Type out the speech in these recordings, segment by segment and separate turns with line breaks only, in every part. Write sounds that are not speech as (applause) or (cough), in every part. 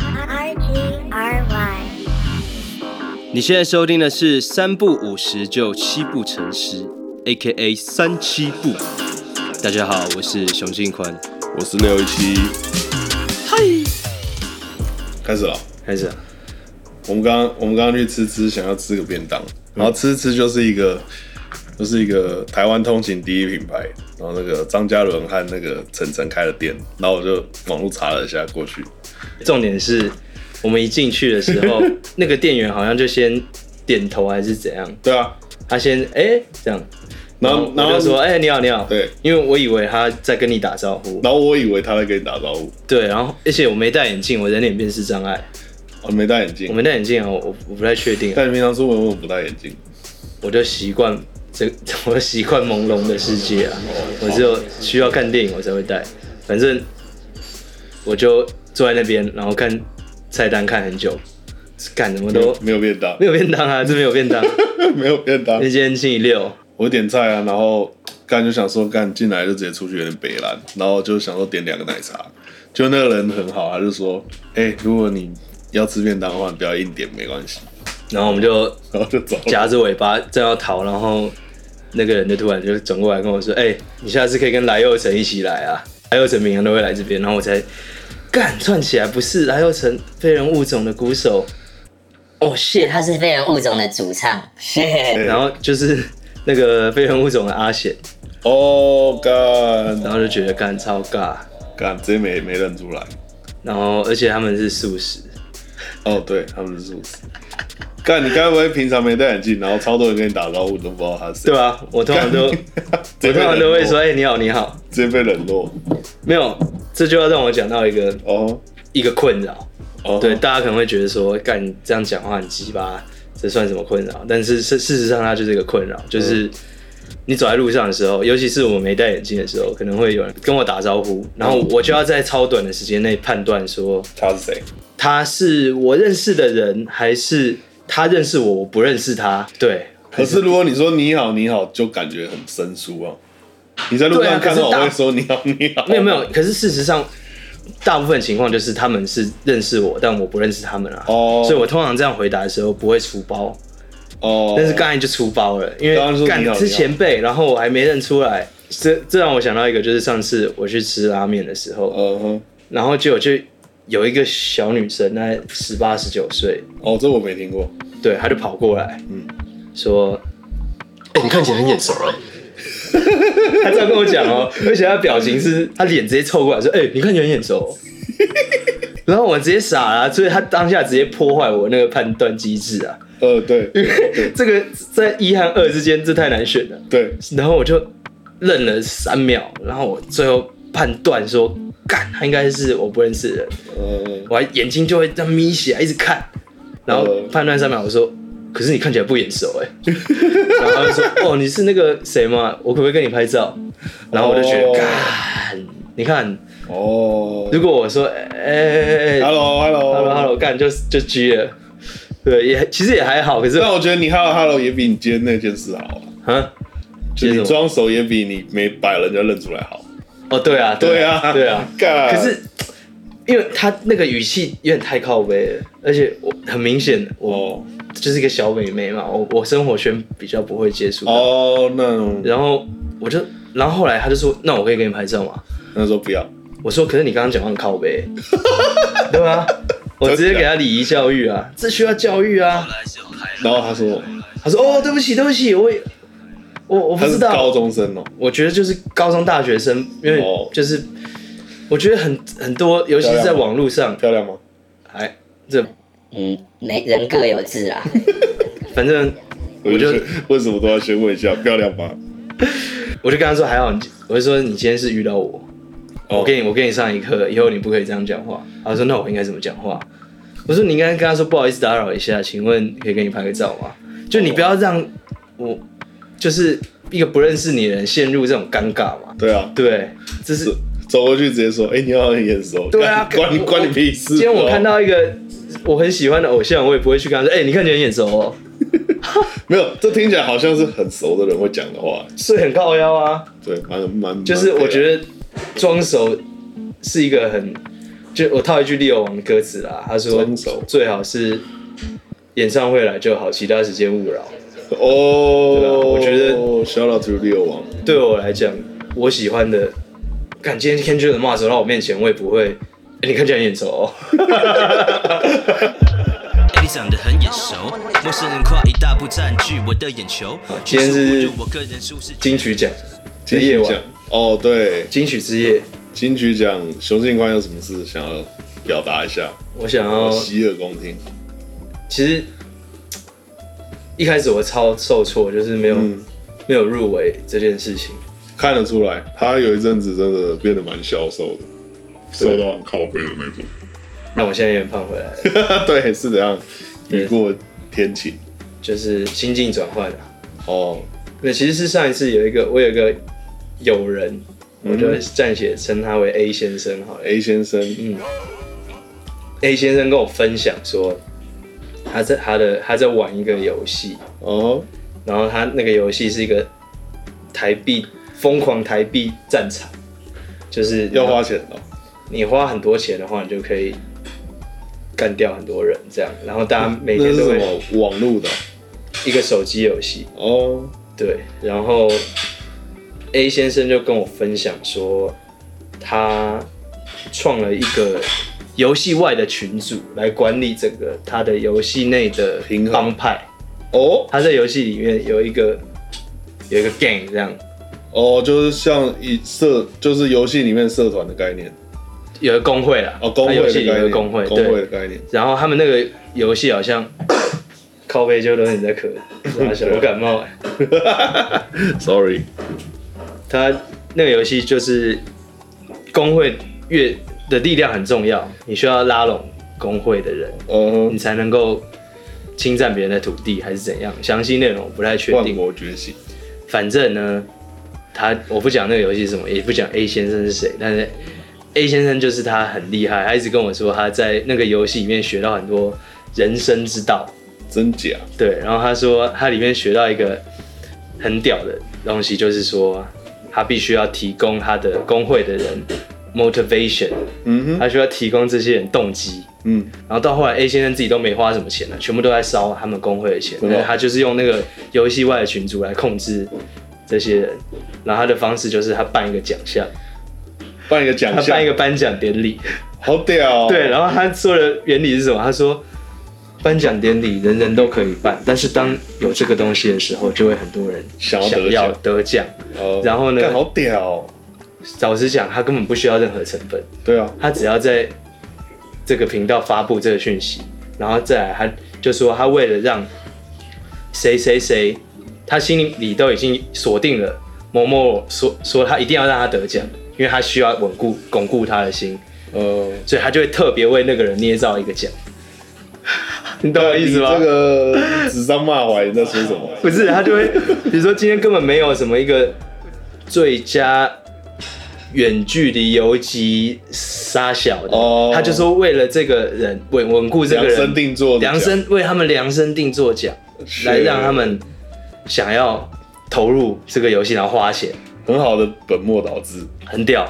R G R Y。
你现在收听的是《三不五十就七步成诗》，A.K.A. 三七步。大家好，我是熊信宽，
我是六一七，
嗨，
开始了。
开始啊，
我们刚刚我们刚刚去吃吃，想要吃个便
嗯
当，然后吃吃就是一个就是一个台湾通勤第一品牌，然后那个张嘉伦和那个晨晨开的店，然后我就网络查了一下过去，
重点是我们一进去的时 (laughs) 候，那个店员好像就先点头还是怎样，
对啊，
他先哎、这样，
然后
然
然
后
后
我就说哎、你好你好，
对，
因为我以为他在跟你打招呼，
然后我以为他在跟你打招呼，
对，然后而且我没戴眼镜，我人脸辨识障碍，
我哦没戴眼镜
我，没戴眼镜啊，我我我不太确定啊，
但平常出门我不戴眼镜，
我就习惯这， (laughs) 我就习惯朦胧的世界啊。我只有需要看电影我才会戴，反正我就坐在那边，然后看菜单看很久，干什么都
没有便当
没，有便当啊，这没有便当。
(laughs) 没有便当
因，为今天星期六，
我点菜啊，然后干就想说干进来就直接出去有点北蓝，然后就想说点两个奶茶，就那个人很好，他就说，哎、如果你要吃便当的话，你不要硬点没关系，
然后我们就
然后就走了。
夹着尾巴正要逃，然后那个人就突然就转过来跟我说：“哎、你下次可以跟来佑城一起来啊，来佑城平常都会来这边。”然后我才干串起来，不是来佑城非人物种的鼓手。
哦，是，他是非人物种的主唱，
对
然后就是那个非人物种的阿显，
哦，干
然后就觉得干超尬，
干直接没没认出来。
然后而且他们是素食，
哦，对，他们是素食。干，你该不会平常没戴眼镜，然后超多人跟你打招呼，你都不知道他是谁？
对啊吧、我通常
干
都我
直接
通
被冷落
常都会说，哎、你好，你好，
直接被冷落。
没有，这就要让我讲到一个
哦
一个困扰，
哦，
对，大家可能会觉得说，干你这样讲话很鸡巴，这算什么困扰？但是事事实上，它就是一个困扰，就是。你走在路上的时候，尤其是我没戴眼镜的时候，可能会有人跟我打招呼，然后我就要在超短的时间内判断说，
他是谁？
他是我认识的人，还是他认识我，我不认识他？对，
可是如果你说你好你好，就感觉很生疏啊。你在路
对啊
上看
可
到
是
我
大
会说你好你好，
没有没有。可是事实上，大部分情况就是他们是认识我，但我不认识他们啊。
哦
所以我通常这样回答的时候不会出包，
哦，
但是刚才就出包了，因
刚刚说
为
你
干
好
是前辈，然后我还没认出来。这这让我想到一个，就是上次我去吃拉面的时候，
嗯哼，
然后就就有一个小女生，大概十八十九岁，
哦，这我没听过，
对，她就跑过来，嗯，说
哎、你看起来很眼熟啊！
他这样跟我讲哦， (laughs) 而且他表情是，他脸直接凑过来说：“哎、你看起来很眼熟哦、然后我直接傻了、啊所以他当下直接破坏我那个判断机制啊！
呃，对
这个在一和二之间，这太难选了。
对，
然后我就愣了三秒，然后我最后判断说，干，他应该是我不认识的人，
呃，
我还眼睛就会这样眯起来一直看，然后
呃
判断三秒，我说。可是你看起来不眼熟哎、然后他就说哦你是那个谁吗？我可不可以跟你拍照？然后我就觉得
哦
干、你看
哦
如果我说哎，hello
，hello，hello，hello，
hello 干就就 G 了，对也其实也还好，可是
但我觉得你 hello hello 也比你今天那件事好啊，
啊接
就
什
你
么
装熟也比你没把人家认出来好，
哦对啊
对
啊
啊，
对啊，
干，
可是因为他那个语气有点太靠背了，而且我很明显我
哦
就是一个小美眉嘛，我我生活圈比较不会接触到，
哦，那种
然后我就然后后来他就说那我可以给你拍照吗？
那时候不要，
我说可是你刚刚讲话很靠
(laughs)
背，对啊，我直接给他礼仪教育啊，这需要教育啊。
然后他说
他说：“哦，对不起，对不起，我也我我不
他
知
是
道
高，中生哦，
我觉得就是高中大学生，因为
哦
就是我觉得很很多，尤其是在网络上，
漂亮吗？
哎，这
(laughs) 嗯，每人各有志
(laughs)
啊。
反正我就
觉得为什么都要先问
(laughs)
一下漂亮吗？
我就跟他说还好，你我就说你今天是遇到我，哦我给你我给你上一课，以后你不可以这样讲话。他说那我应该怎么讲话？我说你应该跟他说不好意思打扰一下，请问可以给你拍个照吗？就你不要让我就是一个不认识你的人陷入这种尴尬嘛。
对啊，
对，这是
走过去直接说，哎，你好像很眼熟，
对啊
干 (laughs) 关你
我
关你屁事哦。
今天我看到一个我很喜欢的偶像，我也不会去跟他说：“哎、你看起来很眼熟哦，
没有，这听起来好像是很熟的人会讲的话，
所以很靠腰啊。
对，蛮蛮”啊
就是我觉
得
得装熟是一个很就我套一句利欧王的歌词啦，他说
遵守
最好是演唱会来就好，其他时间勿扰。对啊
哦，
我觉得
shout out to
(laughs)
六王，
对我来讲，我喜欢的，看今天 Kendrick Lamar 走到我面前，我也不会，诶你看起来很眼熟哦。
A 长得很眼熟，陌生人跨一大步占据我的眼球。
今天是
我个人舒适
金曲奖的
金
夜
曲
晚
奖，哦，对，
金曲之夜，
金曲奖熊信宽有什么事想要表达一下？
我想要，
洗耳恭听。
其实一开始我超受挫，就是没有、
嗯
没有入围这件事情。
看得出来，他有一阵子真的变得蛮消瘦的。
瘦到很靠背的那种。
那我现在也胖回来了，
(laughs) 对，是怎样
对
雨过天晴
就是心境转换啊。
哦，
对，其实是上一次有一个，我有一个友人，我
嗯
就暂且称他为 A 先生好了。
A 先生，
A 先生跟我分享说，他在他的他在玩一个游戏，
哦，
然后他那个游戏是一个台币疯狂台币战场，就是
要花钱哦，
你花很多钱的话，你就可以干掉很多人这样。然后大家啊每
嗯那
天
是
都会
什么网络的
一个手机游戏，
哦，
对，然后 A 先生就跟我分享说，他创了一个游戏外的群组来管理整个他的游戏内的
平衡
帮派。
哦
他在游戏里面有一个有一个 gang 这样，
哦，就是像一社，就是游戏里面社团的概念
有个工会啦，
哦，工
他
会
啊游戏里有
的概
个
念，
工会，
工会
对
的。概念，
然后他们那个游戏好像 (coughs) 靠背就都是你
(laughs)
在咳，傻小我感冒、欸。
Sorry，
他那个游戏就是工会越的力量很重要，你需要拉拢工会的人，
呃
你，才能够侵占别人的土地，还是怎样？详细内容我不太确
万
定。
国觉醒，
反正呢，他我不讲那个游戏是什么，也不讲 (laughs) A 先生是谁，但是 A 先生就是他很厉害，他一直跟我说他在那个游戏里面学到很多人生之道。
真假？
对，然后他说他里面学到一个很屌的东西，就是说他必须要提供他的工会的人 motivation，
嗯哼，
他需要提供这些人动机。
嗯，
然后到后来，A 先生自己都没花什么钱了，全部都在烧他们工会的钱。
真的哦
他就是用那个游戏外的群组来控制这些人。然后他的方式就是他办一个奖项，
办一个奖
他
项
啊办一，个颁奖典礼。
好屌哦，
对，然后他说的原理是什么？他说，颁奖典礼人人都可以办，但是当有这个东西的时候，就会很多人
想要得
想
奖
要得奖。
呃
然后呢
干好屌哦，
老实讲，他根本不需要任何成本，
对啊，
他只要在这个频道发布这个讯息，然后再来，他就说他为了让谁谁谁，他心里都已经锁定了某某说说他一定要让他得奖，因为他需要稳固巩固他的心，
呃，
所以他就会特别为那个人捏造一个
(laughs)
奖。你懂我意思吗？
你这个指桑骂槐，你在说什么？
不是，他
(laughs)
就会，比如说今天根本没有什么一个最佳远距离游击杀小的，
哦
他就说为了这个人稳稳固这个人
量身定做的奖
量身为他们量身定做奖，
是
来让他们想要投入这个游戏，然后花钱，
很好的本末倒置，
很屌。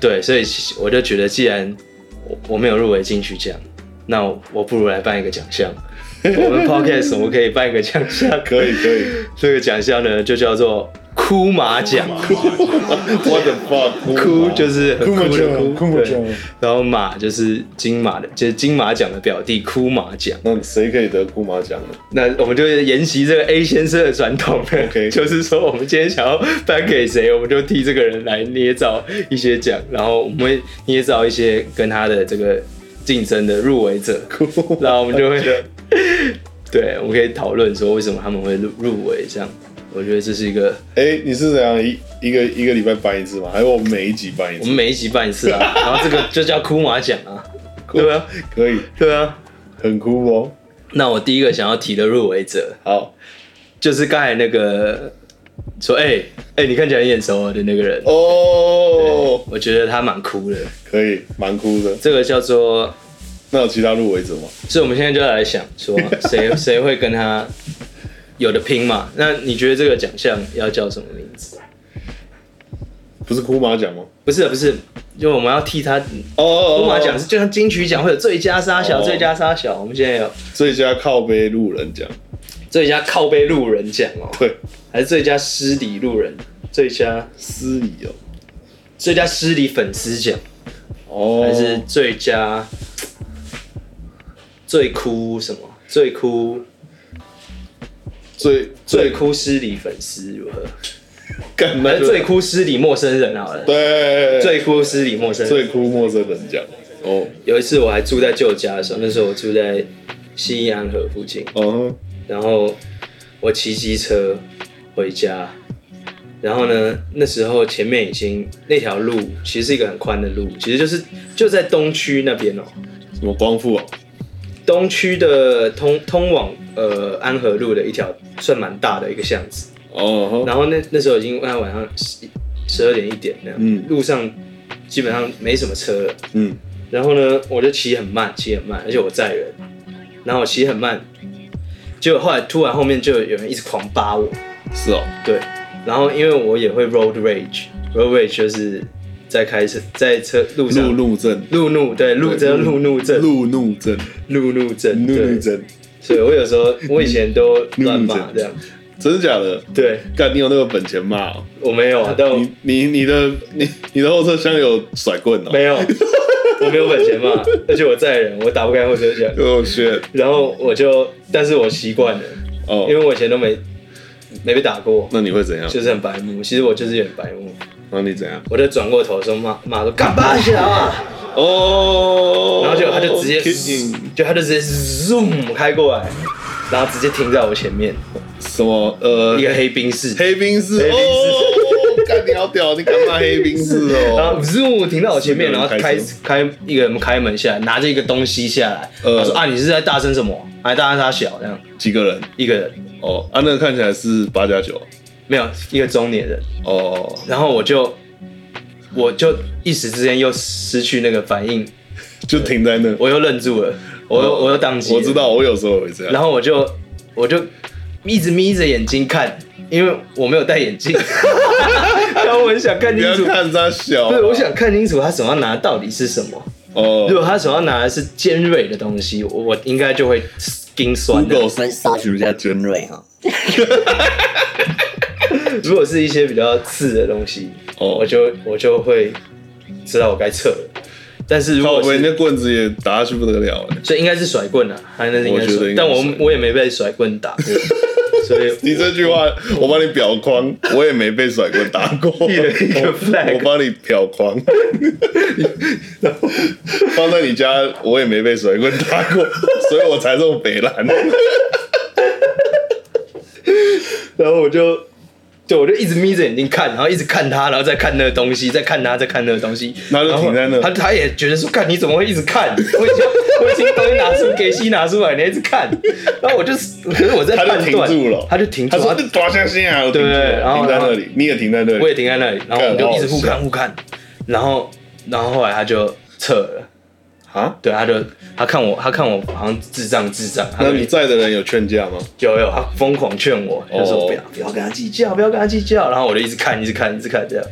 对，所以其实我就觉得，既然我我没有入围金曲奖，那我我不如来办一个奖项。我们 podcast 我们可以办一个奖项，
可以可以。
(laughs) 这个奖项呢，就叫做哭马奖。
What the fuck？
(laughs) 哭就是很
哭马
哭的
奖哭
哭，
马
对
奖
然后马就是金马的，就是金马奖的表弟，哭马奖。
那谁可以得库马奖呢？
那我们就沿袭这个 A 先生的传统
OK
就是说我们今天想要颁给谁，我们就替这个人来捏造一些奖，然后我们会捏造一些跟他的这个竞争的入围者，然后我们就会， (laughs) 对，我们可以讨论说为什么他们会入入围这样。我觉得这是一个
(laughs) 哎、你是怎样一一个一个礼拜办一次吗？还是我们每一集办一
我
次
们？每一集办一次啊，然后这个就叫哭马奖啊，对啊，
可以，
对啊。
很酷哦。
那我第一个想要提的入围者
好，
就是刚才那个说，哎、哎、你看起来很眼熟哦的那个人，
哦，
我觉得他蛮酷的。
可以，蛮酷的。
这个叫做，
那有其他入围者吗？
所以我们现在就来想
(laughs)
说谁谁会跟他有的拼嘛？那你觉得这个奖项要叫什么名字？
不是库马奖吗？
不是不是，就我们要替他
哦哦，
乌马奖
讲
是，就像金曲奖会有最佳沙小、
哦
最佳沙小，我们现在有
最佳靠背路人奖，
最佳靠背路人奖哦，
对，
还是最佳失礼路人、最佳
司仪哦，
最佳失礼粉丝奖，
哦，
还是最佳最哭什么？最哭
最
最哭失礼粉丝如何？
干
还
那
是
就
最哭失礼陌生人好了。
对
最哭失礼陌生人。
最哭陌生人奖，哦
有一次我还住在舅家的时候，那时候我住在西安河附近，
哦
然后我骑机车回家，然后呢，那时候前面已经那条路其实是一个很宽的路，其实就是就在东区那边哦、
什么光复哦，
东区的通通往呃安和路的一条算蛮大的一个巷子，
哦
然后那那时候已经啊晚晚上十十二点一点那样，
嗯
路上基本上没什么车了，
嗯，
然后呢，我就骑很慢，骑很慢，而且我载人，然后我骑很慢，结果后来突然后面就有人一直狂扒我，
是哦，
对，然后因为我也会 road rage，road rage 就是在开车在车路上
路怒症，
路怒，对路
对
症路怒啊症
路怒症，
路怒症
路怒
对，
症，
所以我有时候我以前都乱
路
骂
怒症
这样，
真的假的？
对
干，你有那个本钱骂哦？
我没有啊，但我
你你你的你你的后车厢有甩棍哦？
没有，我没有本钱骂，而且我载人，我打不开后车
(laughs)
厢，
哦，shit，
然后我就，但是我习惯了。
哦，
因为我以前都没没被打过，
那你会怎样？
就是很白目。其实我就是有点白目，
那你怎样？
我就转过头的时候骂骂说干巴小啊，
哦，
然后就他就直接
kicking
就他就直接 zoom 开过来，然后直接停在我前面，
什么呃
一个黑冰士，
黑冰士
黑冰士
哦，干你好屌，你敢骂黑冰士
(laughs) 然后
哦？
zoom 停到我前面，
四
然
个
后
人
开
开车
开一个人开门下来，拿着一个东西下来，
呃
他说啊你是在大声什么？还大声他小这样，
几个人？
一个人
哦，啊，那个看起来是八加九
没有一个中年人，
哦，
然后我就我就一时之间又失去那个反应，
就停在那。
我又愣住了，我又我又宕机，
哦我知。道，我有时候会这样。
然后我就我就一直眯着眼睛看，因为我没有戴眼
(laughs)
镜，然后我很想看
不
清
要
楚。
看他小，啊
对，我想看清楚他手上拿的到底是什么。如
哦
果他手上拿的是尖锐的东西，我我应该就会筋酸的。
，Google
分搜寻一下尊瑞
啊
哈，
如果是一些比较刺的东西，
哦
我就我就会知道我该撤了。但是如
靠
果
背
是
那棍子也打下去不得了哎，
所以应该是甩棍啊，他那是应该
我觉得
甩，
应该
但
是
我
甩棍
我也没被甩棍打过，所
(laughs)
以
你这句话，我帮你裱框，我也没被甩过打过，
立了 (laughs) 一个 flag
我帮你裱框， (laughs) 放在你家，我也没被甩过打
(laughs)
过，所以我才这么北蓝。
然后我就，对，我就一直眯着眼睛看，然后一直看他，然后再看那个东西，再看他，再看那个东西，
然后就
然后
停在那
他他也觉得说，看你怎么会一直看？我已经我已经东西拿出给西拿出来，你还一直看。然后我就，可是我在
他
判
就停
断，
住了，
他就停住
他
了，
说：“你抓下线啊！”我停住了
对然后
停在那里，你也停在那
我也
里，
停在那里，然后我们就一直互看互看，然后然后后来他就撤了。
啊？
对，他就他看我，他看我好像智障智障，他
那
就
你在的人有劝架吗？
有有，他疯狂劝我，就
哦
说不要不要跟他计较，不要跟他计较，然后我就一直看一直看一直看这样，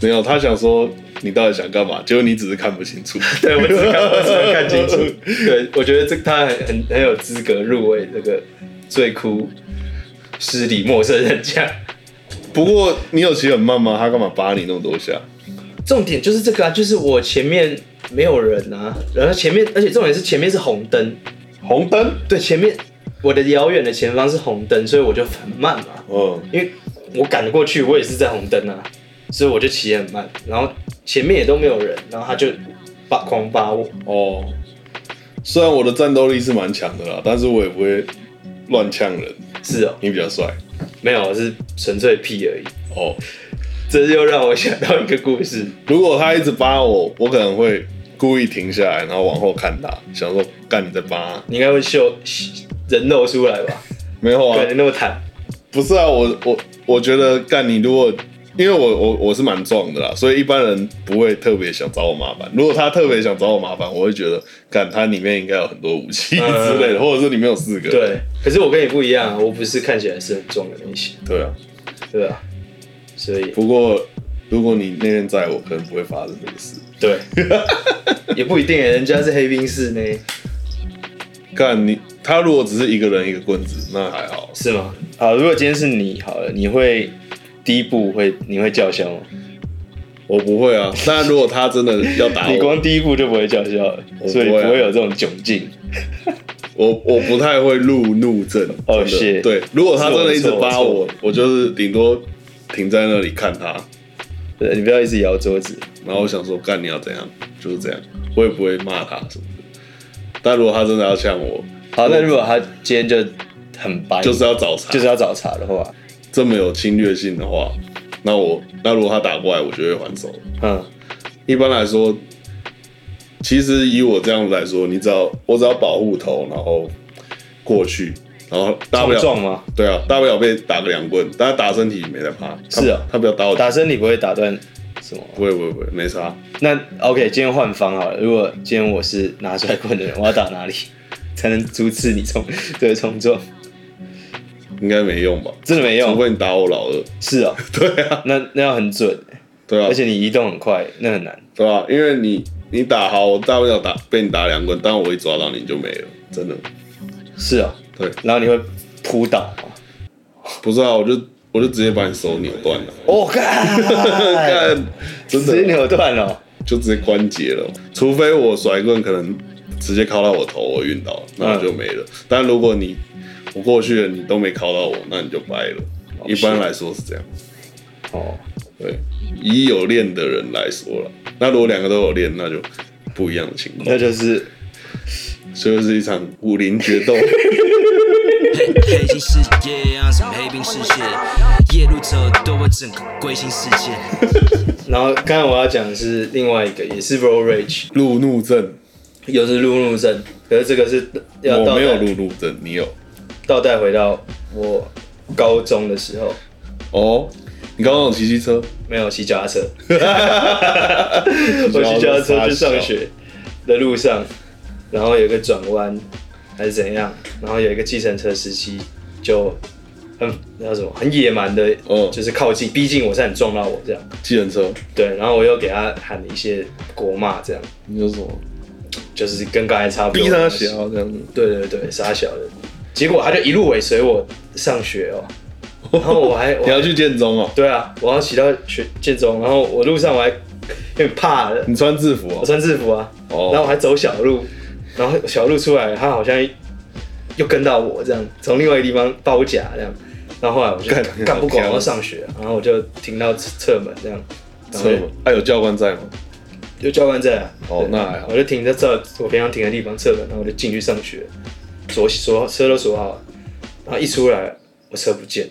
没有，他想说你到底想干嘛？结果你只是看不清楚。
对，我只能看，我只能看清楚。对，我觉得这他很很很有资格入围这个最酷失礼陌生人奖。
不过你有骑很慢吗？他干嘛扒你那么多下？
重点就是这个啊，就是我前面没有人啊，然后前面，而且重点是前面是红灯，
红灯。
对，前面我的遥远的前方是红灯，所以我就很慢嘛，
嗯，
因为我赶过去，我也是在红灯啊，所以我就骑很慢，然后前面也都没有人，然后他就扒狂扒我，
哦，虽然我的战斗力是蛮强的啦，但是我也不会乱呛人。
是哦，
你比较帅。
没有，是纯粹屁而已。
哦，
这又让我想到一个故事，
如果他一直扒我，我可能会故意停下来，然后往后看他，想说干你在扒啊、
你应该会秀嘘人露出来吧？
没有啊
感，觉那么坦，
不是啊，我我我觉得干你如果，因为我我我是蛮壮的啦，所以一般人不会特别想找我麻烦。如果他特别想找我麻烦，我会觉得干他里面应该有很多武器之
嗯
类的，或者是里面有四个。
对。可是我跟你不一样啊，我不是看起来是很壮的那些，
对啊，
对吧、所以
不过如果你那天在我，可能不会发生这个事。 (laughs)
对，也不一定耶，欸人家是黑冰室呢，
看你他如果只是一个人一个棍子，那还好。
是吗？好，啊如果今天是你好了，你会第一步会你会叫嚣吗？
我不会啊，但如果他真的要打
你
我，
光第一步就不会叫嚣了，
我
所以
不
不
会啊
会有这种窘境。
我我不太会路怒症。
哦
真的
是
对，如果他真的一直
是我的
扒
错
我
我错，
我就是顶多停在那里看他，
对，你不要一直摇桌子。
然后我想说干你要怎样，就是这样，我也不会骂他什么的。但如果他真的要呛我，
好，那如果他今天就很白，
就是要找茬，
哎就是要找茬的话，
这么有侵略性的话，那我那如果他打过来，我就会还手。
嗯，
一般来说，其实以我这样子来说，你只要我只要保护头，然后过去，然后大不
冲
了
撞吗？
对啊，大不了被打个两棍，但他打身体没在怕。他
是啊
他不要打我，
打身体不会打断什么。
不会不会不会，没差。
那 OK，今天换方好了。如果今天我是拿出来棍的人，我要打哪里 (laughs) 才能阻止你冲 (laughs) 这个冲撞？
应该没用吧？
真的没
除
用，
非你打我老二。 (laughs)
是啊、
对啊，
那那要很准，
对啊，
而且你移动很快，那很难。
对啊，因为你你打好，我大不了打被你打两棍，但我一抓到你就没了，真的。
是啊、
对，
然后你会扑倒。
不是啊，我就我就直接把你手扭断了。
我 (laughs) 干，
(laughs) 干，哦真
直接
的
扭断哦了。
就直接关节了，除非我甩棍可能直接敲到我头，我晕倒，
嗯
那我就没了。但如果你我过去了，你都没敲到我，那你就掰了。一般来说是这样，
哦，
对，以有练的人来说了，那如果两个都有练，那就不一样的情况
那，就是
所以就是一场武林决
(laughs)
斗。
黑 (laughs) 黑金世界啊，什么黑冰世界，夜路走多，我整个归心似箭。
然后刚才我要讲的是另外一个，也是 roll rage，
路怒症，
又是路怒症，可是这个是要
我
倒
没有
带
路怒症，你有
倒带回到我高中的时候，
哦？你刚刚有骑机车，
没有骑脚
(laughs)
踏车，我骑脚踏车去上学的路上，然后有一个转弯还是怎样，然后有一个计程车司机就很那叫什么很野蛮的，
嗯
就是靠近逼近我，差点撞到我这样，
计程车，
对，然后我又给他喊了一些国骂这样。
你就什么
就是跟刚才差不多。
逼他小这样子。
对对对，傻小的。结果他就一路尾随我上学哦，然后我还我
你
还
要去建中哦？
对啊，我要骑到学建中，然后我路上我还有点怕了，
你穿制服
我
哦？
穿制服啊，
哦
然后我还走小路，然后小路出来，他好像又跟到我这样，从另外一个地方包夹这样，然后后来我就
干
干不管我
好挑
要上学，然后我就停到侧侧门这样，然后
车
就
吗？啊，有教官在吗？
就教官在啊。
哦
对
那还好
我就停在这我平常停的地方侧门，然后我就进去上学，锁锁车都锁好了，然后一出来我车不见了，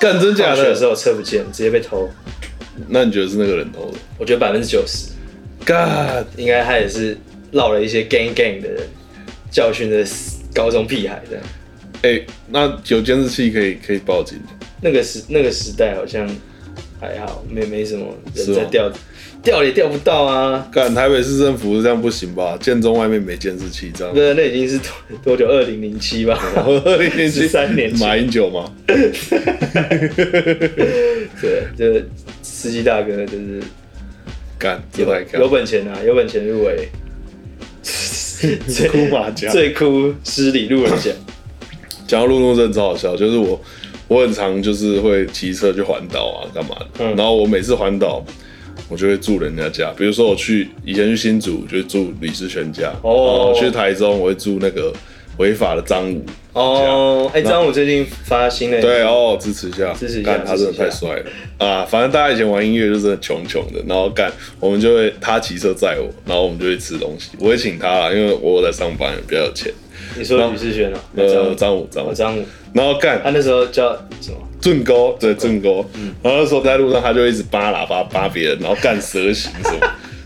干真假
上学的时
的？
候车不见了，直接被偷。
那你觉得是那个人偷的？
我觉得百分之九十
干
应该他也是绕了一些 gang gang 的人，教训的高中屁孩这样。
哎、那有监视器可以可以报警，
那个时那个时代好像还好，没没什么
是
人
哦
在钓，钓也钓不到啊。
干台北市政府这样不行吧？建中外面没监视器这样。
那那已经是多多久？二零零七吧，
二零 (laughs) 零七
13年前
马英九吗？
对，这司机大哥就是
干，这
有
太干
有。本钱啊，有本钱入围最
(laughs) 哭马甲
最哭失礼路人奖。
讲到路怒症超好笑，就是我我很常就是会骑车去环岛啊，干嘛的。
嗯
然后我每次环岛，我就会住人家家，比如说我去以前去新竹就住李志全家，
哦
然后去台中我会住那个违法的张武。 (laughs)
哦，哎，张武最近发新的
对哦，支持一下，
哎支持一下
干他真的太
支持
帅了啊！反正大家以前玩音乐就是穷穷的，然后干我们就会他骑车载我，然后我们就会吃东西，我会请他啦，因为我在上班比较有钱。
你说吕世轩啊？
呃，
张
张武，张
哦
武，
张武，啊
然后干
他那时哦嗯候叫什么？
正高，对正高，然后那时候在路上他就一直扒喇叭扒别人，然后干蛇形
(laughs)
什么。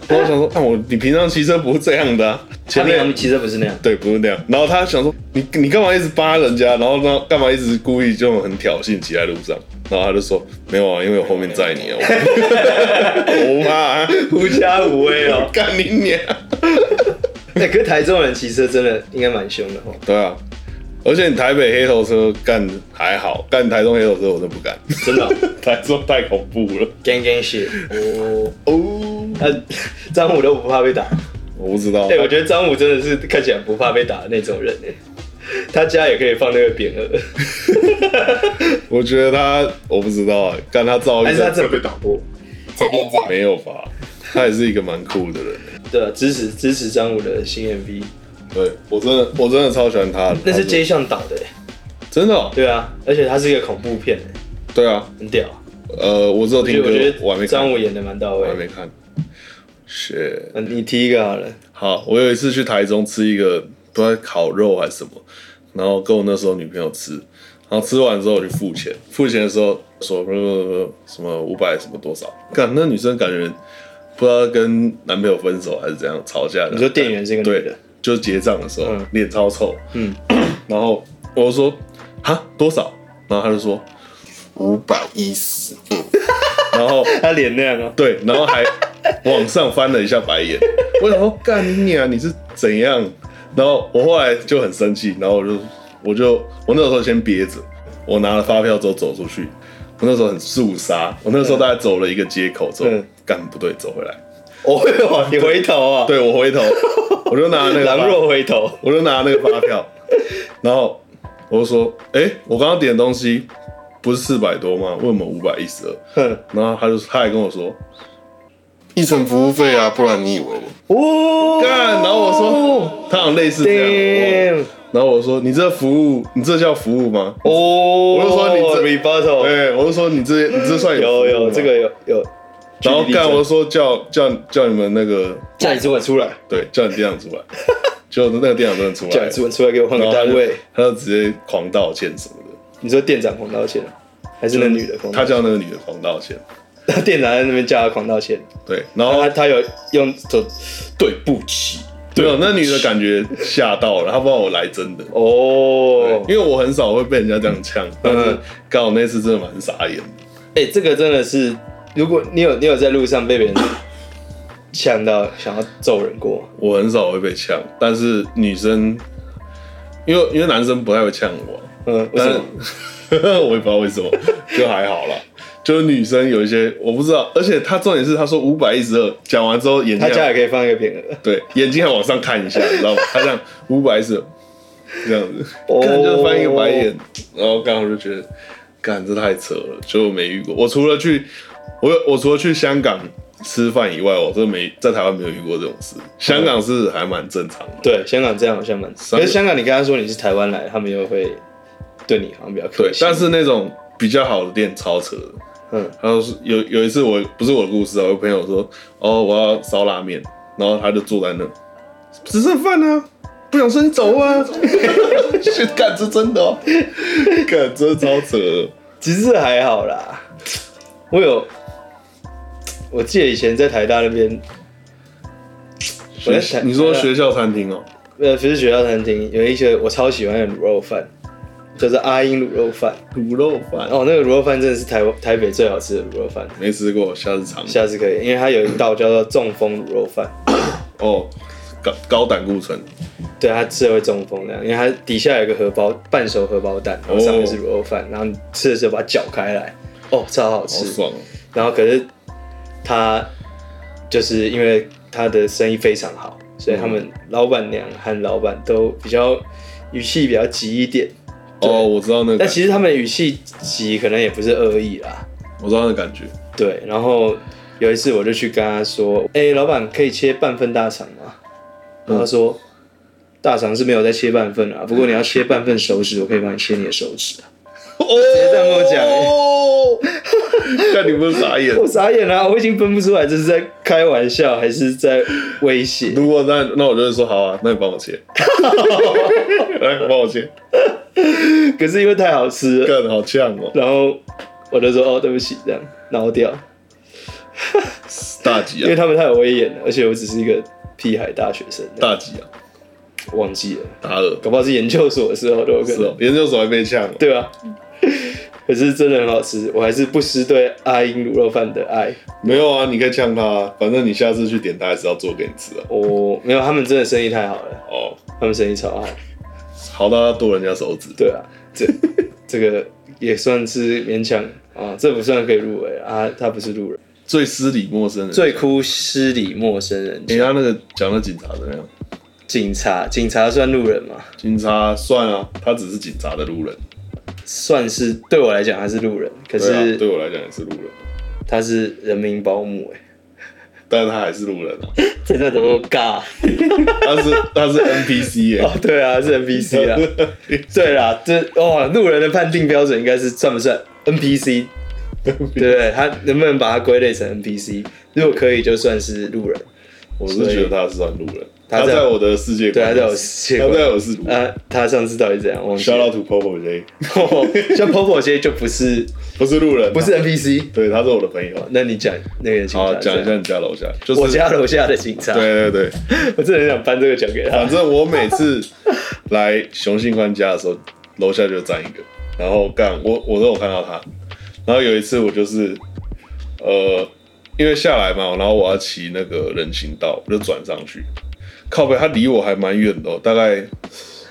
然后我想说，看啊我你平常骑车不是这样的、啊，
他
前
们他
面
们骑车不是那样，
对，不是那样。然后他想说，你你干嘛一直扒人家？然后呢，干嘛一直故意就很挑衅骑在路上？然后他就说没有啊，因为我后面载你
(laughs)
啊，我我不怕、啊，
狐假虎威
我。干你娘！
(laughs) 哎，可是台中人骑车真的应该蛮凶的哦，
对啊，而且你台北黑头车干还好，干台中黑头车我真不敢， (laughs)
真的哦
台中太恐怖了。
gang gang shit。哦，
哦，
他张武都不怕被打。
我不知道。
哎、我觉得张武真的是看起来不怕被打的那种人哎、他家也可以放那个匾额，
(laughs) 我觉得他，我不知道、欸，但他造
还
诣
是他真
这
的
被打过，
才变这样。
没有吧？他也是一个蛮酷的人。
对啊，支持支持张武的新 MV，
对我真的，我真的超喜欢他的。
那是
他
J 项导的、欸，
真的、哦？
对啊，而且它是一个恐怖片、欸，
对啊，
很屌。
呃，我只有
我觉
听
得
歌
我觉，
我还没
得
看
张，武演的蛮到
我
位
还
的
没。看。是
嗯，你提一个好了。
好，我有一次去台中吃一个不知道烤肉还是什么，然后跟我那时候女朋友吃，然后吃完之后我去付钱，付钱的时候说不不不不什么五百什么多少，干那女生感觉不知道跟男朋友分手还是怎样吵架的。
你说店员是一个
对
女的，
就是结账的时候
嗯
脸、超臭，
嗯，
(coughs) 然后我就说哈多少，然后他就说五百一十 (laughs) 五，然后
他脸那样哦、
对，然后还往上翻了一下白
(laughs)
眼。我想说，干你啊，你是怎样？然后我后来就很生气，然后我就我就我那时候先憋着，我拿了发票之后走出去，我那时候很肃杀，我那时候大概走了一个街口之后
嗯，
干不对，走回来，
哦 (laughs) 哟，你回头啊、
对我回头，我就拿那个
狼
发
若回头，
我就拿那个发票，然后我就说，哎、我刚刚点的东西不是四百多吗？为什么五百一十二？
哼，
然后他就他还跟我说，
一成服务费啊，不然你以为我？
哦，
干，然后我说，他好像类似这样。
，damn，
我然后我说，你这服务，你这叫服务吗？
哦，我
就说你
哦
这
rebuttal，
对，我就说你这你这算
有
服务
有
吗
这个，有有，
然后
举例
干
证
我说叫叫叫你们那个，
叫
啊
你主管出来，
对，叫你店
(laughs)
长出来，结果那个店长真的出来了，
叫你主管出来给我换
然
个
后他
单
就
位。
他就直接狂道歉什么的，
你说店长狂道歉，啊还是那女的狂
他
道歉？
叫那个女的狂道歉，
他店长在那边叫他狂道歉，
对，然
然
后
后他他有用手对不起，
没有，那女的感觉吓到了，她不知道我来真的，对
哦
因，为我很少会被人家这样呛，但是刚好那次真的蛮傻眼的。
哎，这个真的是，如果你有你有在路上被别人 (coughs) 呛到想要揍人过吗，
我很少会被呛，但是女生，因为因为男生不太会呛我， (laughs)
嗯，为
但
什
是
么？
我也不知道为什么，就还好啦。就是女生有一些我不知道，而且她重点是她说五百一十二，讲完之后眼睛
他家
还
也可以放一个匾额，
对眼睛还往上看一下，你知道吗？她这样五百一十这样子，
哦
看就翻一个白眼，然后刚好就觉得，干这太扯了，就没遇过。我除了去，我有我除了去香港吃饭以外，我真的没在台湾没有遇过这种事。香港是还蛮正常的，
对，香港这样好像蛮，可是香港你跟他说你是台湾来，他们又会对你好像比较客
对
气，，
但是那种比较好的店超扯的。
嗯，
然后是有有一次我不是我的故事啊，我有朋友说哦我要烧拉面，然后他就坐在那，只剩饭啊，不想吃你走啊，
(laughs)
(laughs) 去干这真的哦，干这超扯的，
其实还好啦。我有，我记得以前在台大那边，我在
学
想
你说学校餐厅哦，
呃，不是学校餐厅有一些我超喜欢的卤肉饭，叫做阿英卤肉饭。
卤肉饭
哦，那个卤肉饭真的是台台北最好吃的卤肉饭，
没吃过，下次尝
下次可以，因为它有一道叫做中风卤肉饭。
哦，高高胆固醇，
对，它吃了会中风的，因为它底下有一个荷包半熟荷包蛋，然后上面
哦
是卤肉饭，然后你吃的时候把它搅开来，哦，超好
好
吃。
爽哦，
然后可是他就是因为他的生意非常好，所以他们老板娘和老板都比较语气比较急一点，
哦我知道那个
但
感觉，
其实他们语气急可能也不是恶意啦，
我知道那个感觉，
对。然后有一次我就去跟他说：“哎、老板可以切半份大肠吗？”然后他说：“大肠是没有在切半份啊，不过你要切半份手指，我可以帮你切你的手指啊。”直接这 (laughs) 样跟我讲、欸
哦， (laughs) 看你们傻
(laughs)
眼，
我傻眼了、啊我已经分不出来这是在开玩笑还是在威胁。
如果那那我就会说好啊，那你帮
(laughs)
我切，来帮我切，
可是因为太好吃了，
干好呛哦，
然后我就说哦，对不起，这样挠掉，
大吉
因为
啊，
他们太有威严了，而且我只是一个屁孩大学生，
大吉啊，
忘记了，
打耳
搞不好是研究所的时候都有可
是
能
哦，，研究所还被呛哦，
对吧、 (laughs) 可是真的很好吃，我还是不失对阿英卤肉饭的爱。
没有啊，你可以呛他啊，反正你下次去点他还是要做给你吃啊，
我、没有，他们真的生意太好了，
哦，
他们生意超好。
好到要剁人家手指，
对啊，这 (laughs) 这个也算是勉强啊，这不算可以入围啊，他不是路人。
最失礼陌生人，
最哭失礼陌生人。
人家那个讲的警察怎么样？
警察，警察算路人吗？
警察算啊，他只是警察的路人，
算是对我来讲他是路人，可
对啊，对
是
我来讲也是路人，
他是人民保姆哎、
但是他还是路人啊，
真的怎么尬？
他是他是 NPC
(laughs)
耶、
哦，对啊，是 NPC 啦。
(laughs)
对啦，这哦，路人的判定标准应该是算不算 NPC？对不对？他能不能把它归类成 NPC？如果可以，就算是路人。
我是觉得他是算路人，
他
他
在
在我的世界
对，他
观里，
在我世界
他
观
在我是路人。
啊，他上次到底怎样？忘记
Shout
了 (laughs) 哦
out。to Popo J，
像 Popo 现在就不是
不是路人啊，
不是 NPC。
对，他是我的朋友。
那你讲那个警
好，
察
讲一
这
下
样
你家楼下，就是
我家楼下的警察。
对对对，
我真的很想颁这个奖给他
反。正我每次来雄性宽家的时候，楼下就站一个，然后干我我都有看到他，然后有一次我就是呃，因为下来嘛，然后我要骑那个人行道，我就转上去，靠背他离我还蛮远的、哦，大概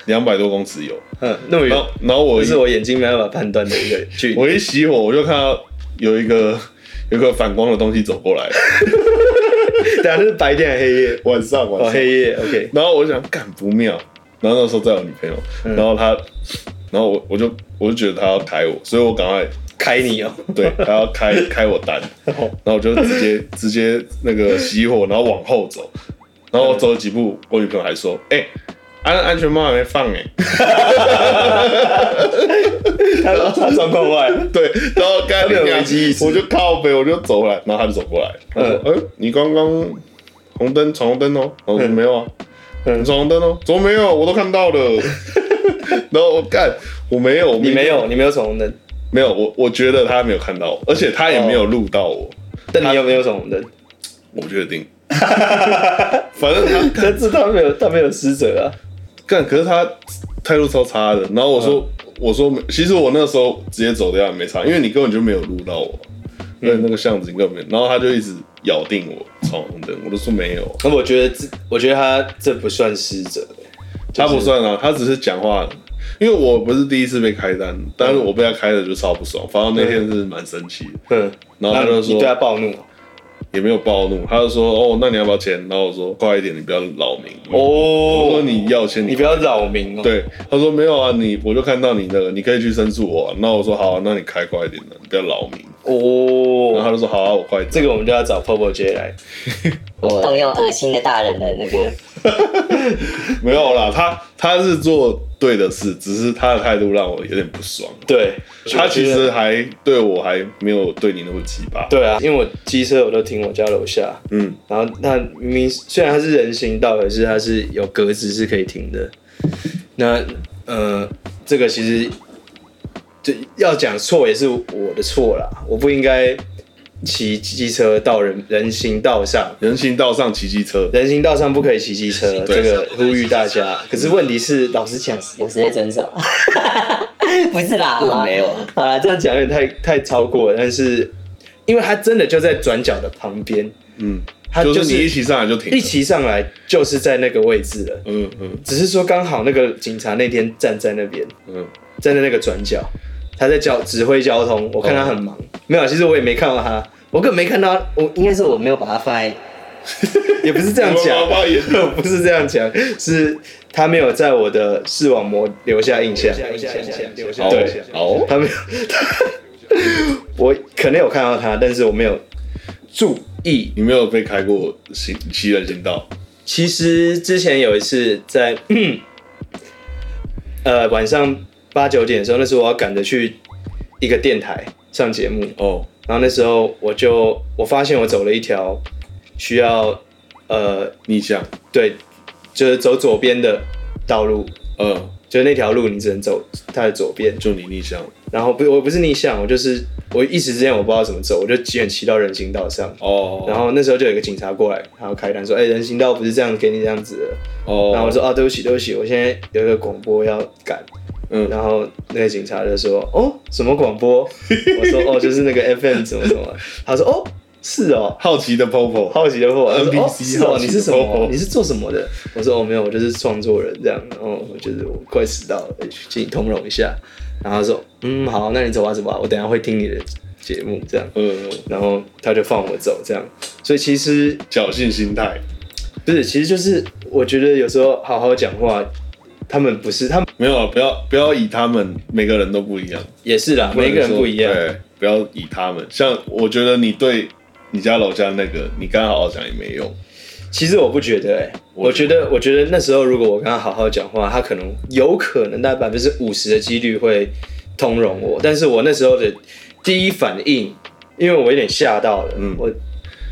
两百多公尺有，
嗯，那么
然
远
后，然后我
不
一
是我眼睛没办法判断的一个距离。
我一熄火，我就看到有一个有一个反光的东西走过来，
(laughs) 对啊，那是白天还是黑夜？
(laughs) 晚上晚
哦，
上
黑夜，OK。
然后我就想，干不妙。然后那时候在我女朋友，然后她，然后我我就我就觉得她要开我，所以我赶快
开你哦，
对她要 (laughs) 开开我单，然后我就直接直接那个熄火，然后往后走，然后我走几步，我女朋友还说，哎、安安全帽还没放哎、
他他状况外，
(laughs) 对，然后刚
没有
那
危机意识
我就靠北，我就走过来，然后他就走过来，他说：“嗯、你刚刚红灯闯红灯哦。”然后
嗯
我说：“没有啊，你闯红灯哦，怎么没有？我都看到
(laughs)
了。”然后我干，我没有，我
(laughs) 你没有，你没有闯红灯，
没有，我我觉得他没有看到我，而且他也
哦
没有录到我，
但你有没有闯红灯？
我不确
(laughs)
定。反正他
可是他没有，他没有失责啊。
干，可是他态度超差的。然后我说，
嗯
我说没，其实我那时候直接走掉也没差，因为你根本就没有录到我，
嗯
对、那个巷子你根本没有。然后他就一直咬定我闯红灯，我都说没有，
那我觉得这，我觉得他这不算失责，
他不算啊，他只是讲话。因为我不是第一次被开单，但是我被他开的就超不爽，反正那天是蛮生气的，
嗯。
然后他就说
你对他暴怒
也没有暴怒，他就说哦，那你要不要签？然后我说快一点，你不要扰民。哦，我
哦
说你要签，
你不要扰民哦。，
对，他说没有啊，你我就看到你那个，你可以去申诉我、啊。那我说好、啊，那你开快一点的，你不要扰民。然后他
哦，
就说好啊，我快
这
点。
个我们就要找 Popo J 来。
动用恶心的大人的那个，
没有啦，他他是做对的事，只是他的态度让我有点不爽。
对，
他其
我觉
实
得
还对我还没有对你那么鸡巴。，
对啊，因为我机车我都停我家楼下，
嗯，
然后那明明虽然它是人行道，可是它是有格子是可以停的。那呃，这个其实就要讲错也是我的错啦，我不应该骑机车到人人行道上，
人行道上骑机车，
人行道上不可以骑机车，这
对
个呼吁大家。可是问题是，老实讲，
我直接遵守。 (laughs) 不是啦，好啦
嗯没有啊好啦，这样讲有点太太超过了，但是因为它真的就在转角的旁边，
嗯，
它
就是你一骑上来就停了。
一骑上来就是在那个位置了，
嗯嗯
只是说刚好那个警察那天站在那边，
嗯，
站在那个转角，他在交指挥交通，我看他很忙，没有，其实我也没看到他，我根本没看到他，我
应该是我没有把它放在，
也不是这样讲
(laughs) 我妈妈也，
不是这样讲，是他没有在我的视网膜留下印象，
好
对，
好，
他没有， (laughs) 我可能有看到他，但是我没有注意
你没有被开过行骑人行道，
其实之前有一次在， (clears throat) 呃，晚上八九点的时候，那时候我要赶着去一个电台上节目，
哦，
然后那时候我就我发现我走了一条需要呃
逆向，
对，就是走左边的道路，
嗯，
就是那条路你只能走它的左边，
就你逆向，
然后不我不是逆向，我就是我一时之间我不知道怎么走，我就急眼骑到人行道上。
哦，
然后那时候就有一个警察过来，然后开单说：“哎、人行道不是这样给你这样子的。”
哦，
然后我说啊，对不起，对不起，我现在有一个广播要赶。
嗯
然后那个警察就说：“哦，什么广播？”我说：“
(laughs)
哦，就是那个 FM 什么什么。”他说：“哦，是哦。
好奇的 Popo，”
好奇的问我，他说：“哦，
NPC
是哦，
好奇的
你是什
哦
么？你是做什么的？”我说：“哦，没有，我就是创作人这样。”然后我就是我快迟到了，请你通融一下。然后他说：“嗯，好，那你走吧，走吧，我等一下会听你的节目这样，
呃，
然后他就放我走这样，所以其实
侥幸心态
不是，其实就是我觉得有时候好好讲话，他们不是，他们
没有啊，不要不要以他们每个人都不一样，
也是啦，每一个人不一样，
对，不要以他们。像我觉得你对你家楼下那个，你跟他好好讲也没用，
其实我不觉得、欸，我觉得，我觉得那时候如果我跟他好好讲话，他可能有可能大概百分之五十的几率会通融
嗯
我，但是我那时候的第一反应，因为我有点吓到了，
嗯
我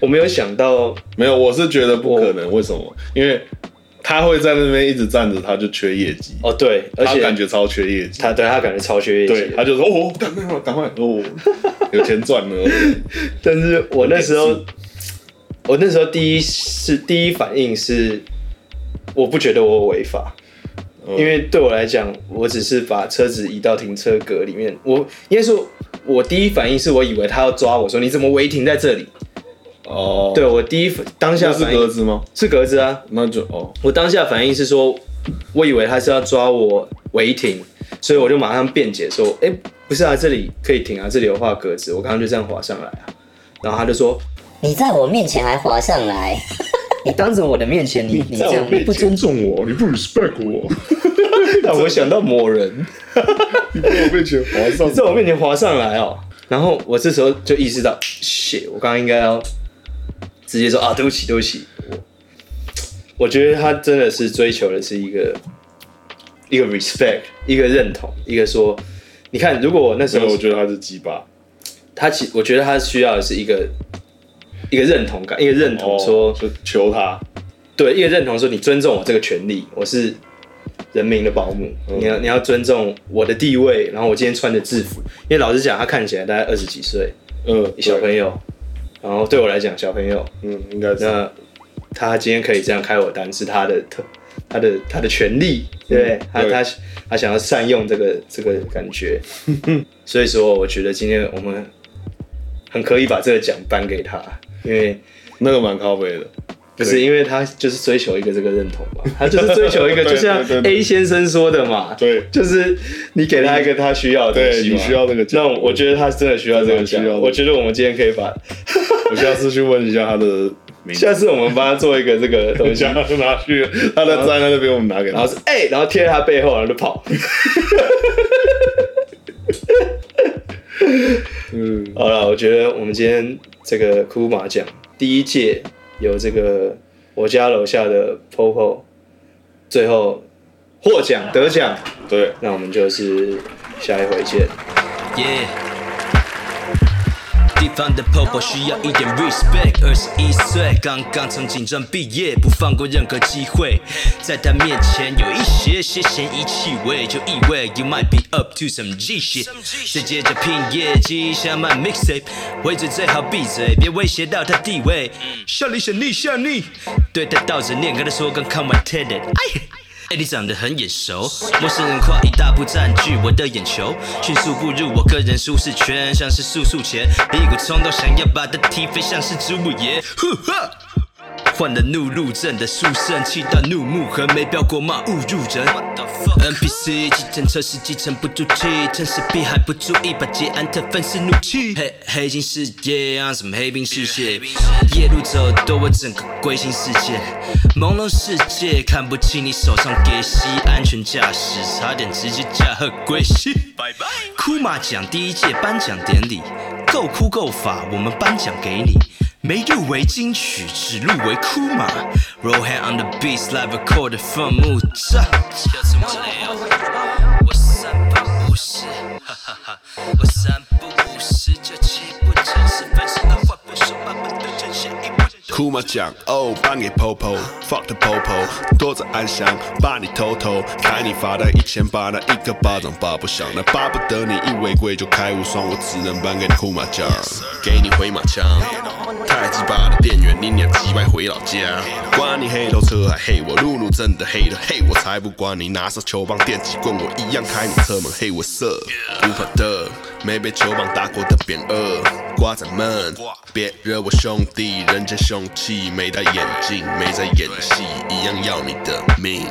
我没有想到，
没有，我是觉得不
哦
可能。为什么？因为他会在那边一直站着，他就缺业绩，
哦，对，而
他
且
感觉超缺业绩，
他对他感觉超缺业绩
对，他就说哦，赶快赶快哦，有钱赚了，
但是我那时候，我那时候第一是第一反应是，我不觉得我有违法，
嗯
因为对我来讲，我只是把车子移到停车格里面。我应该说，我第一反应是我以为他要抓我说你怎么违停在这里？
哦，
对，我第一反当下
那是
反应
格子吗？
是格子啊，
那就哦，
我当下反应是说，我以为他是要抓我违停，所以我就马上辩解说，哎、不是啊，这里可以停啊，这里有画格子，我刚刚就这样滑上来啊。然后他就说，
你在我面前还滑上来， (laughs)
你当着我的面前，你
你这样
你不尊重我，你不 respect
(laughs)
我，
(laughs) 让我想到某人 (laughs)
你在我面前滑上
在我面前滑上来哦，然后我这时候就意识到，shit，我刚刚应该要直接说啊，对不起，对不起。我我觉得他真的是追求的是一个一个 respect，一个认同，一个说，你看，如果我那时
所以
候
我觉得他是鸡巴，
他其，我觉得他需要的是一个一个认同感，一个认同
哦
说，
就求他，
对，一个认同说你尊重我这个权利，我是人民的保姆，
嗯
你要你要尊重我的地位。然后我今天穿的制服，因为老实讲，他看起来大概二十几岁，
嗯，
小朋
友，
友。然后对我来讲，小朋友，
嗯，应该是，
那他今天可以这样开我单，是他的特，他的他的权利，对不对他
嗯对
他他想要善用这个这个感
(laughs)
觉。所以说，我觉得今天我们很可以把这个奖颁给他，因为。
那个蛮靠背的，
不是，因为他就是追求一个这个认同嘛，他就是追求一
(laughs)
个，
对
就像
对对对
A 先生说的嘛，
对
就是你给他一个他需要的东
对
西
你
嘛
需要那个奖
那我觉得他真的需要这个奖
真的需要，
我觉得我们今天可以
(laughs)
把，
我下次去问一下他的名字
下，次我们帮他做一个这个东西，
(laughs) 下啊次拿去，他的站在那边，我们拿给
然
他
后，是哎、然后贴在他背后，然后就跑。
嗯，
好了，我觉得我们今天这个库马奖第一届有这个我家楼下的 Popo，最后获奖得奖，
对，
那我们就是下一回见。
Yeah 地方的 p o p o 需要一点 respect。二十一岁，刚刚从警专毕业，不放过任何机会。在他面前有一些些嫌疑气味，就意味 you might be up to some G shit。再接着拼业绩，想买 mixtape，回嘴最好闭嘴，别威胁到他地位。笑你想你笑你，对他倒着念，跟他说刚看完 TED。哎。哎，你长得很眼熟，陌生人跨一大步占据我的眼球，迅速步入我个人舒适圈，像是速速前，一股冲动想要把它踢飞，像是植物爷。呼哈患了怒路症的书生，气到怒目横眉，飙过骂误入人。NPC 计程车司机沉不住气，趁势避还不注意，把捷安特愤世怒气。黑黑金世界啊，什么黑冰世界？夜路走多，我整个归心世界。朦胧世界看不清你手上给息，安全驾驶差点直接驾鹤归西。拜拜。库马奖第一届颁奖典礼，够哭够法，我们颁奖给你。没入围金曲，只入围库马。Roll hand on the beats, live recorded from 木栅。要这么聊？我三不五时，哈哈哈，我三不五时就气不成是分身的话不说，慢慢对真相一步。
库马奖哦，颁给 Popo fuck the Popo，多着暗香把你偷偷开你罚单一千八，那一个巴掌巴不响，那巴不得你一违规就开无双，我只能颁给你库马奖，给你回马枪，太鸡巴的店员，你俩鸡掰回老家，管你黑头车还黑我，路怒真的黑了，嘿我才不管你，拿上球棒电击棍，我一样开你车门，嘿我射，不怕的，没被球棒打过的匾额，瓜仔们别惹我兄弟，人家凶器没戴眼镜，没在演戏，一样要你的命。